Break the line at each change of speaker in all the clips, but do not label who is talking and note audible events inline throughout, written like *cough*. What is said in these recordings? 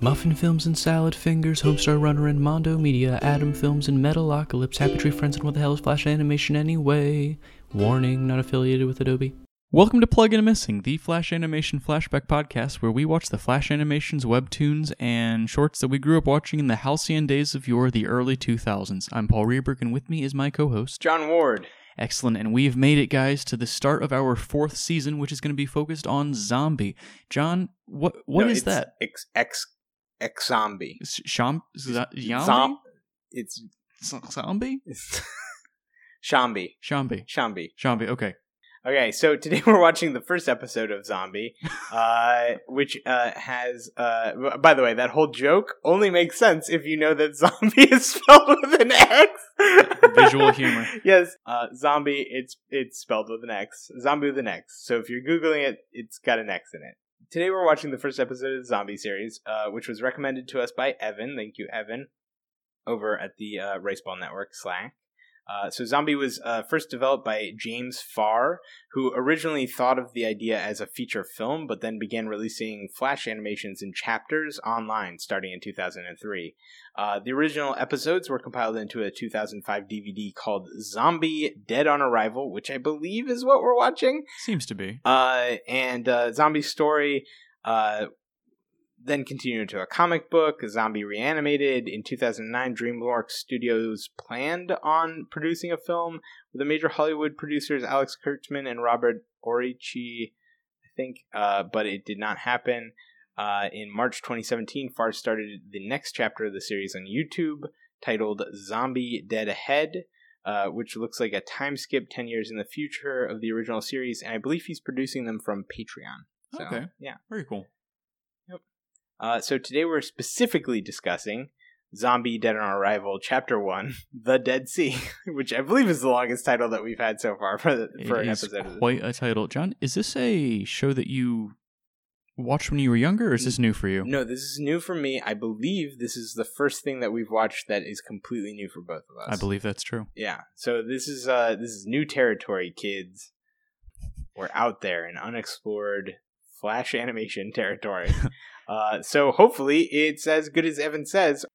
Muffin Films and Salad Fingers, Homestar Runner and Mondo Media, Adam Films and Metalocalypse, Happy Tree Friends, and What the Hell is Flash Animation Anyway? Warning, not affiliated with Adobe. Welcome to Plug and Missing, the Flash Animation Flashback Podcast, where we watch the Flash Animations, webtoons, and shorts that we grew up watching in the halcyon days of yore, the early 2000s. I'm Paul Reberg, and with me is my co host,
John Ward.
Excellent. And we've made it, guys, to the start of our fourth season, which is going to be focused on zombie. John, what what
No,
is
it's
that?
Ex ex ex zombie.
Sh- Shom- z-
Zom- It's
zombie?
*laughs* Shambi.
Zombie.
Shambi.
Zombie. Okay.
Okay, so today *laughs* we're watching the first episode of
*laughs*
Zombie, uh, which uh, has. Uh, by the way, that whole joke only makes sense if you know that zombie *laughs* is spelled with an X.
*laughs* Visual humor.
Yes, uh, zombie. It's it's spelled with an X. Zombie with an X. So if you're googling it, it's got an X in it. Today we're watching the first episode of the Zombie series, uh, which was recommended to us by Evan. Thank you, Evan, over at the uh, Raceball Network Slack. Uh, so Zombie was uh, first developed by James Farr, who originally thought of the idea as a feature film, but then began releasing flash animations in chapters online starting in 2003. Uh, the original episodes were compiled into a 2005 DVD called Zombie Dead on Arrival, which I believe is what we're watching.
Seems to be.
Uh, and uh, Zombie Story uh, then continued to a comic book, Zombie Reanimated. In 2009, DreamWorks Studios planned on producing a film with the major Hollywood producers Alex Kurtzman and Robert Orici, I think, uh, but it did not happen. Uh, in March 2017, Farr started the next chapter of the series on YouTube titled Zombie Dead Ahead uh, which looks like a time skip 10 years in the future of the original series, and I believe he's producing them from Patreon. So,
Okay.
Yeah.
Very cool.
Uh, so today we're specifically discussing Zombie Dead on Arrival, Chapter 1, *laughs* The Dead Sea, *laughs* which I believe is the longest title that we've had so far for, the, for
It
an
is
episode. of this.
quite a title. John, is this a show that you watched when you were younger, or is this new for you?
No, this is new for me. I believe this is the first thing that we've watched that is completely new for both of us.
I believe that's true.
Yeah. So this is uh this is new territory, kids. We're out there in unexplored flash animation
*laughs*
territory. uh so hopefully it's as good as Evan says.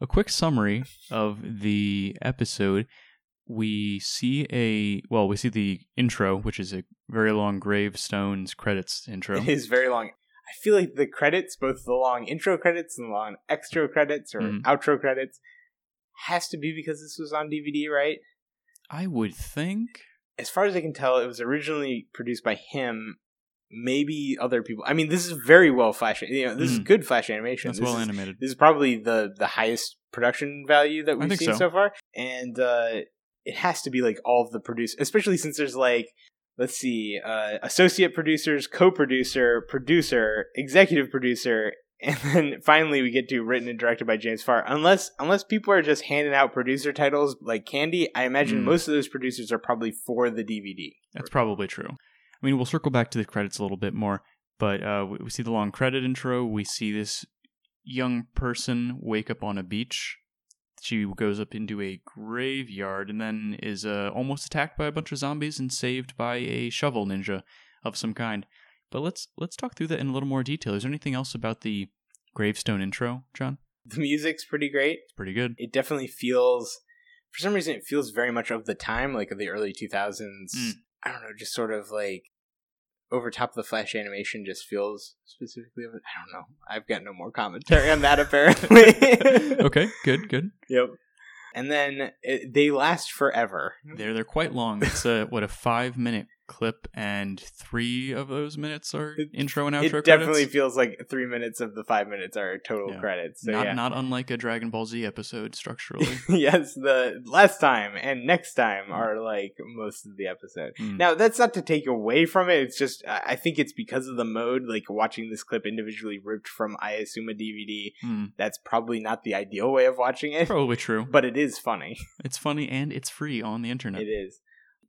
A quick summary of the episode. We see a well, we see the intro, which is a very long gravestones credits intro.
*laughs* It is very long. I feel like the credits, both the long intro credits and the long extra credits or
Mhm.
outro credits, has to be because this was on DVD, right?
I would think
As far as I can tell, it was originally produced by him, maybe other people. I mean, this is very well flash. You know, this is
Mhm.
good flash animation.
that's
This
well
is-
animated.
this is probably the the highest production value that we've
think
seen
so.
so. far and uh it has to be like all of the produce especially since there's like let's see uh associate producers co-producer producer executive producer *laughs* and then finally we get to written and directed by James Farr unless unless people are just handing out producer titles like candy i imagine
Mm.
most of those producers are probably for the dvd
That's probably true. I mean, we'll circle back to the credits a little bit more, but uh, we, we see the long credit intro. We see this young person wake up on a beach. She goes up into a graveyard and then is uh, almost attacked by a bunch of zombies and saved by a shovel ninja of some kind. But let's let's talk through that in a little more detail. Is there anything else about the gravestone intro, John?
the music's pretty great
It's pretty
*laughs*
good.
it definitely feels for some reason it feels very much of the time like of the early 2000s
Mm.
i don't know just sort of like over top of the flash animation just feels specifically of it i don't know i've got no more commentary on that apparently
*laughs*
*laughs*
okay, good, good.
yep and then it, they last forever
They're they're quite long. It's a what a five minute clip, and three of those minutes are
It-
intro and outro
it
credits.
definitely feels like three minutes of the five minutes are total
Yeah.
credits so
not
yeah
not unlike a Dragon Ball Z episode structurally.
*laughs* yes the last time and next
Hmm.
time are like most of the episode
Mm.
Now that's not to take away from it. It's just I I think it's because of the mode. Like watching this clip individually ripped from I assume a DVD.
Mm.
That's probably not the ideal way of watching it,
Probably true.
but it is funny.
It's funny and it's free on the internet.
It is.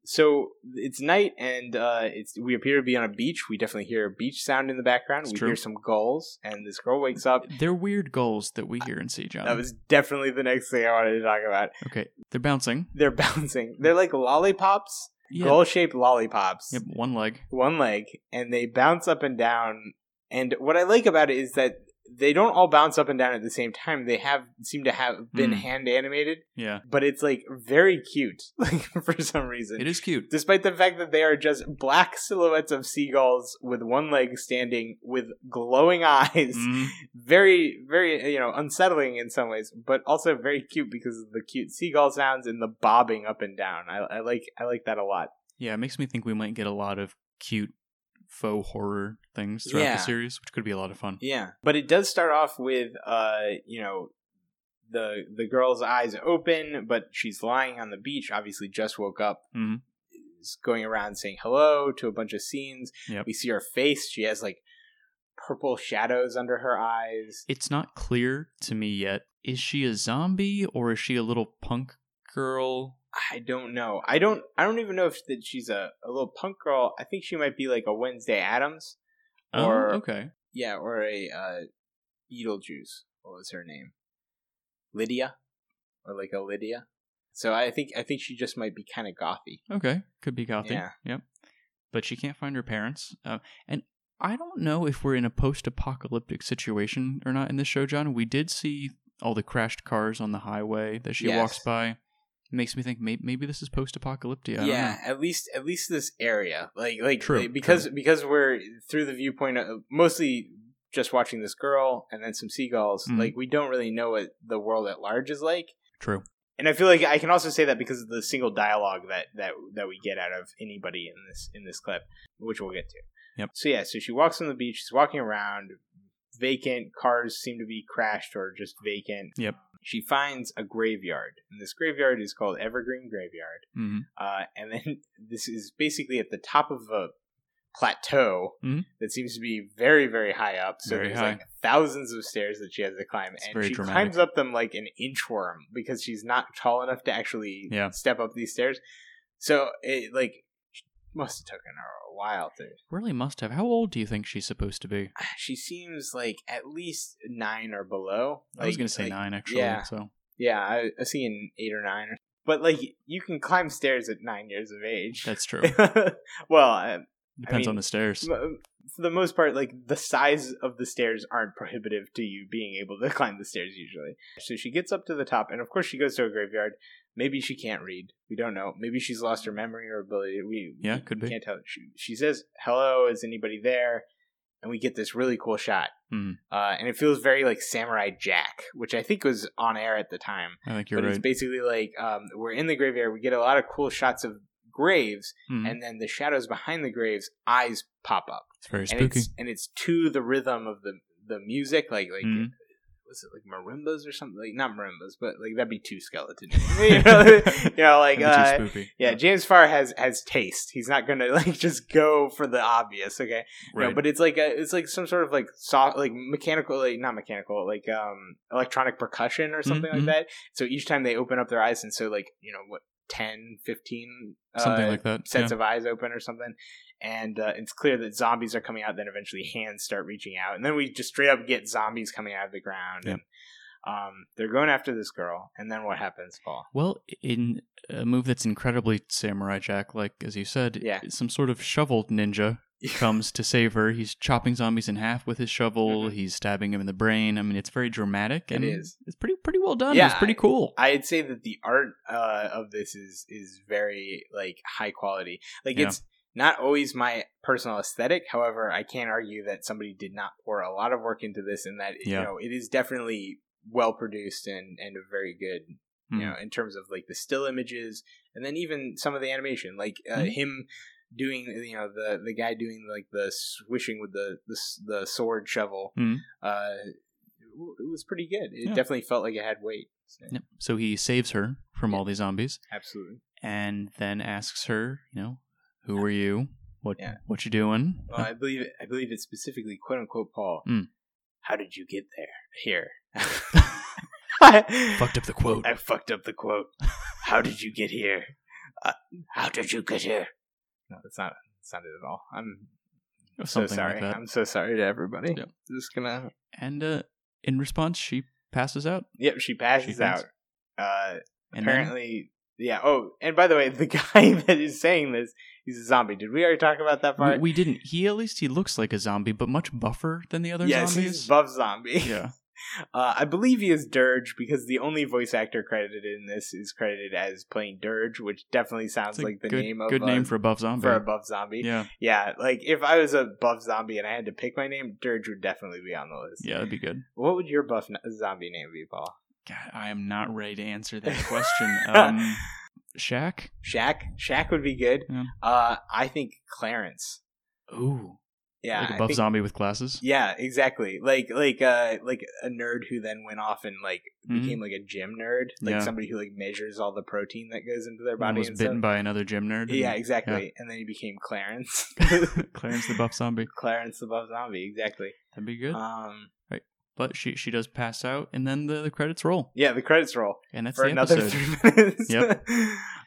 So it's night, and uh, it's we appear to be on a beach. We definitely hear a beach sound in the background.
It's
we
true.
hear some gulls, and this girl wakes up.
They're weird goals that we hear and see, John.
That was definitely the next thing I wanted to talk about.
okay. They're bouncing.
They're *laughs* bouncing. They're like lollipops,
Yeah.
goal-shaped lollipops.
Yep. One leg.
one leg and they bounce up and down and what i like about it is that they don't all bounce up and down at the same time. They have seem to have been
Mm.
hand animated,
Yeah.
but it's like very cute, *laughs* like for some reason.
It is cute.
Despite the fact that they are just black silhouettes of seagulls with one leg standing with glowing *laughs* eyes,
Mhm.
very, very, you know, unsettling in some ways, but also very cute because of the cute seagull sounds and the bobbing up and down. I, I like, I like that a lot.
Yeah, it makes me think we might get a lot of cute faux horror things throughout
Yeah.
the series, which could be a lot of fun.
Yeah, but it does start off with, uh, you know, the the girl's eyes open, but she's lying on the beach. Obviously, just woke up.
Mhm.
Is going around saying hello to a bunch of scenes.
Yep.
We see her face. She has like purple shadows under her eyes.
It's not clear to me yet. Is she a zombie or is she a little punk girl?
I don't know. I don't. I don't even know if that she's a, a little punk girl. I think she might be like a Wednesday Adams. Or-
oh, okay.
Yeah, or a uh, Beetlejuice. What was her name? Lydia, or like a Lydia. So I think I think she just might be kind of gothy.
Okay. Could be gothic.
Yeah.
Yep. But she can't find her parents. Uh, and I don't know if we're in a post apocalyptic situation or not in this show, John. We did see all the crashed cars on the highway that she
Yes.
walks by. Makes me think maybe, maybe this is post apocalyptic.
yeah, at least at least this area, like like
True,
like, because because we're through the viewpoint of mostly just watching this girl and then some seagulls.
Mhm.
Like we don't really know what the world at large is like.
True.
and I feel like I can also say that because of the single dialogue that that that we get out of anybody in this in this clip, which we'll get to.
Yep.
So yeah, so she walks on the beach. She's walking around, vacant. Cars seem to be crashed or just vacant.
Yep.
She finds a graveyard, and this graveyard is called Evergreen Graveyard.
hmm
Uh, and then *laughs* this is basically at the top of a plateau
Mhm.
that seems to be very, very high up. So
Very
there's
high.
like thousands of stairs that she has to climb,
It's
and
very
she
dramatic.
climbs up them like an inchworm because she's not tall enough to actually
Yeah.
step up these stairs. So it like must have taken her a while to. *sighs*
Really must have. How old do you think she's supposed to be?
She seems like at least nine or below.
I was
Like-
gonna say
like-
nine actually.
yeah. *laughs*
So
Yeah, I, I see an eight or nine. Or, but like you can climb stairs at nine years of age. *laughs*
that's true.
well, I-
Depends
mean,
on the stairs.
M- um, for the most part, like the size of the stairs aren't prohibitive to you being able to *laughs* climb the stairs usually. So she gets up to the top, and of course she goes to a graveyard. Maybe she can't read. We don't know. Maybe she's lost her memory or ability. We
Yeah,
we
could be.
Can't tell. She, she says, "Hello, is anybody there?" And we get this really cool shot,
Hmm.
uh, and it feels very like Samurai Jack, which I think was on air at the time.
I think you're
but
right.
it's basically like um, we're in the graveyard. We get a lot of cool shots of graves,
Mhm.
and then the shadows behind the graves eyes pop up
it's very
and
spooky.
it's and it's to the rhythm of the the music like like
Mhm.
was it like marimbas or something like not marimbas but like that'd be
*laughs*
two skeletons you, know, *laughs* you know, like
That'd
uh,
be too spooky.
yeah james farr has has taste he's not gonna *laughs* like just go for the obvious okay
right.
no, but it's like a, it's like some sort of like soft, like mechanical, like not mechanical, like um electronic percussion or something
mhm.
like that. So each time they open up their eyes, and so like you know what, 10, 15 uh,
something like that.
sets
yeah.
of eyes open or something, and uh, it's clear that zombies are coming out. Then eventually hands start reaching out, and then we just straight up get zombies coming out of the ground.
Yeah.
And, um, they're going after this girl, and then what happens,
*laughs*
Paul?
well, in a move that's incredibly samurai jack like, as you said,
Yeah.
some sort of shoveled ninja comes to save her. He's chopping zombies in half with his shovel.
Mhm.
He's stabbing him in the brain. I mean, it's very dramatic.
It
and
is.
It's pretty pretty well done.
Yeah,
it's pretty cool.
I'd say that the art uh, of this is is very like high quality. Like
Yeah.
it's not always my personal aesthetic. However, I can't argue that somebody did not pour a lot of work into this, and that
Yeah.
you know it is definitely well produced and and a very good
Mm.
you know in terms of like the still images and then even some of the animation like uh,
Mhm.
him doing you know the the guy doing like the swishing with the the, s- the sword shovel
Mhm.
uh it w- it was pretty good it
Yeah.
definitely felt like it had weight so,
Yep. So he saves her from all these zombies.
absolutely
and then asks her, you know, who are you? What
Yeah.
what you doing?
Well, I believe I believe it's specifically quote unquote Paul.
Mm.
How did you get there? Here. I
*laughs* Fucked
*laughs*
up the quote.
fucked up the quote.
*laughs*
How did you get here? Uh, how did you get here? No, that's not that's not it at all. I'm
Or
so
something
sorry.
like that.
I'm so sorry to everybody.
Yep.
Just gonna
And uh, in response, she passes out.
Yep, she passes
She thinks-
out. Uh
And then-
apparently Yeah. Oh, and by the way, the *laughs* guy that is saying this, he's a zombie. Did we already talk about that
We,
part?
we didn't. He at least he looks like a zombie, but much buffer than the other
yes,
zombies.
he's *laughs* buff zombie.
yeah,
Uh, I believe he is Dirge because the only voice actor credited in this is credited as playing Dirge, which definitely sounds
It's a
like the
good,
name of
good
a,
name for a buff zombie.
for a buff zombie.
yeah,
Yeah, like if I was a buff zombie and I had to pick my name, Dirge would definitely be on the list.
yeah, that'd be good.
What would your buff n- zombie name be, Paul?
God, I am not ready to answer
*laughs*
that question. Um, Shaq.
Shaq. Shaq would be good.
Yeah.
Uh, I think Clarence.
Ooh,
Yeah,
like a
I
buff
think-
zombie with glasses.
Yeah, exactly. Like like uh like a nerd who then went off and like
Mhm.
became like a gym nerd, like
Yeah.
somebody who like measures all the protein that goes into their
One
body.
was
and
bitten
stuff.
by another gym nerd.
Yeah,
and-
exactly. And then he became Clarence.
*laughs*
*laughs*
Clarence the buff zombie.
Clarence the Buff Zombie, exactly.
That'd be
*laughs*
good.
Um,
but she she does pass out, and then the, the credits roll,
yeah, the credits roll.
and that's
for
the
another
episode.
three *laughs* minutes.
Yep.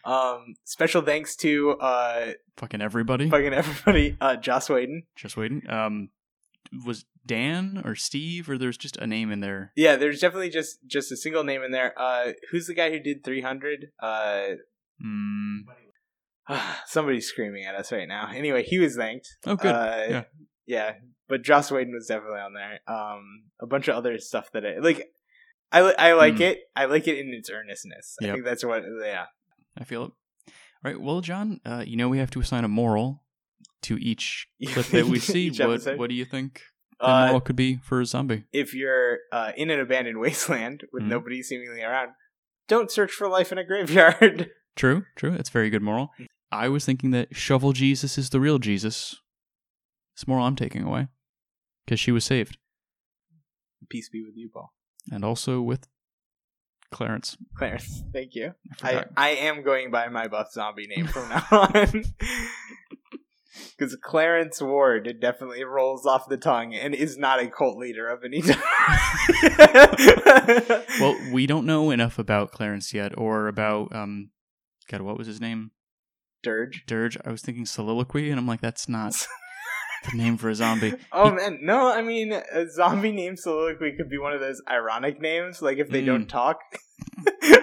um, special thanks to uh,
Fucking everybody.
fucking everybody, uh, Joss Whedon.
Just waiting. Um, was Dan or Steve or there's just a name in there?
Yeah, there's definitely just just a single name in there. Uh, who's the guy who did 300? Uh, *sighs*
Mm.
somebody's screaming at us right now. Anyway, he was thanked.
Oh, good.
Uh,
Yeah.
yeah, but Joss Whedon was definitely on there. Um, a bunch of other stuff that I like. I, li- I like
Mm.
it. I like it in its earnestness. I
Yep.
think that's what. Yeah.
I feel it. All right. Well, John, uh, you know we have to assign a moral to
*laughs*
each clip that we see.
Each
what
episode.
What do you think the
Uh,
moral could be for a zombie?
if you're uh, in an abandoned *laughs* wasteland with
Mhm.
nobody seemingly around, don't search for life in a graveyard. *laughs*
True. True. That's a very good moral. I was thinking that shovel Jesus is the real Jesus. It's a moral I'm taking away because she was saved,
Peace be with you, Paul.
and also with Clarence.
Clarence, thank you. I,
forgot.
I am going by my buff zombie name from now *laughs* on. Because Clarence Ward it definitely rolls off the tongue and is not a cult leader of any time.
*laughs* well, we don't know enough about Clarence yet, or about um, God, what was his name?
Dirge.
Dirge. I was thinking soliloquy, and I'm like, that's
*laughs*
not the name for a zombie.
Oh
He-
man, no, I mean, a zombie name soliloquy could be one of those ironic names, like if they
Mm.
don't talk. *laughs*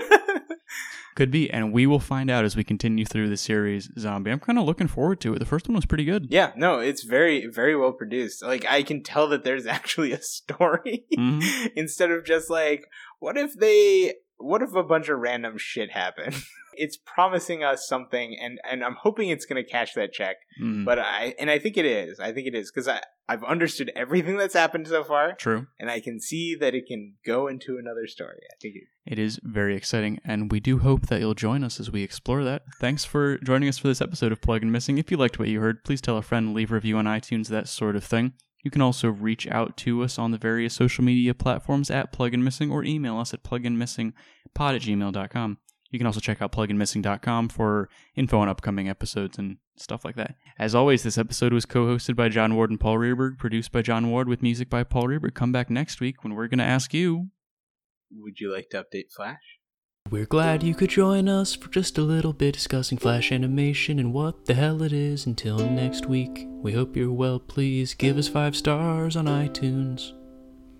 Could be, and we will find out as we continue through the series. Zombie. I'm kind of looking forward to it. The first one was pretty good.
yeah, no, it's very, very well produced. Like, I can tell that there's actually a story.
Mhm.
*laughs* instead of just like what if they what if a bunch of random shit happened *laughs* it's promising us something and and i'm hoping it's going to cash that check
Mm.
but i and i think it is i think it is because i i've understood everything that's happened so far
True.
and i can see that it can go into another story i think it,
It is very exciting, and we do hope that you'll join us as we explore that. Thanks for joining us for this episode of Plug and Missing. If you liked what you heard, please tell a friend, leave a review on iTunes, that sort of thing. You can also reach out to us on the various social media platforms at Plug and Missing or email us at pluginmissingpod at gmail.com. You can also check out pluginmissing.com for info on upcoming episodes and stuff like that. As always, this episode was co hosted by John Ward and Paul Reberg, produced by John Ward with music by Paul Reberg. Come back next week when we're going to ask you.
would you like to update flash
We're glad you could join us for just a little bit discussing Flash animation and what the hell it is until next week. We hope you're well, please give us five stars on iTunes.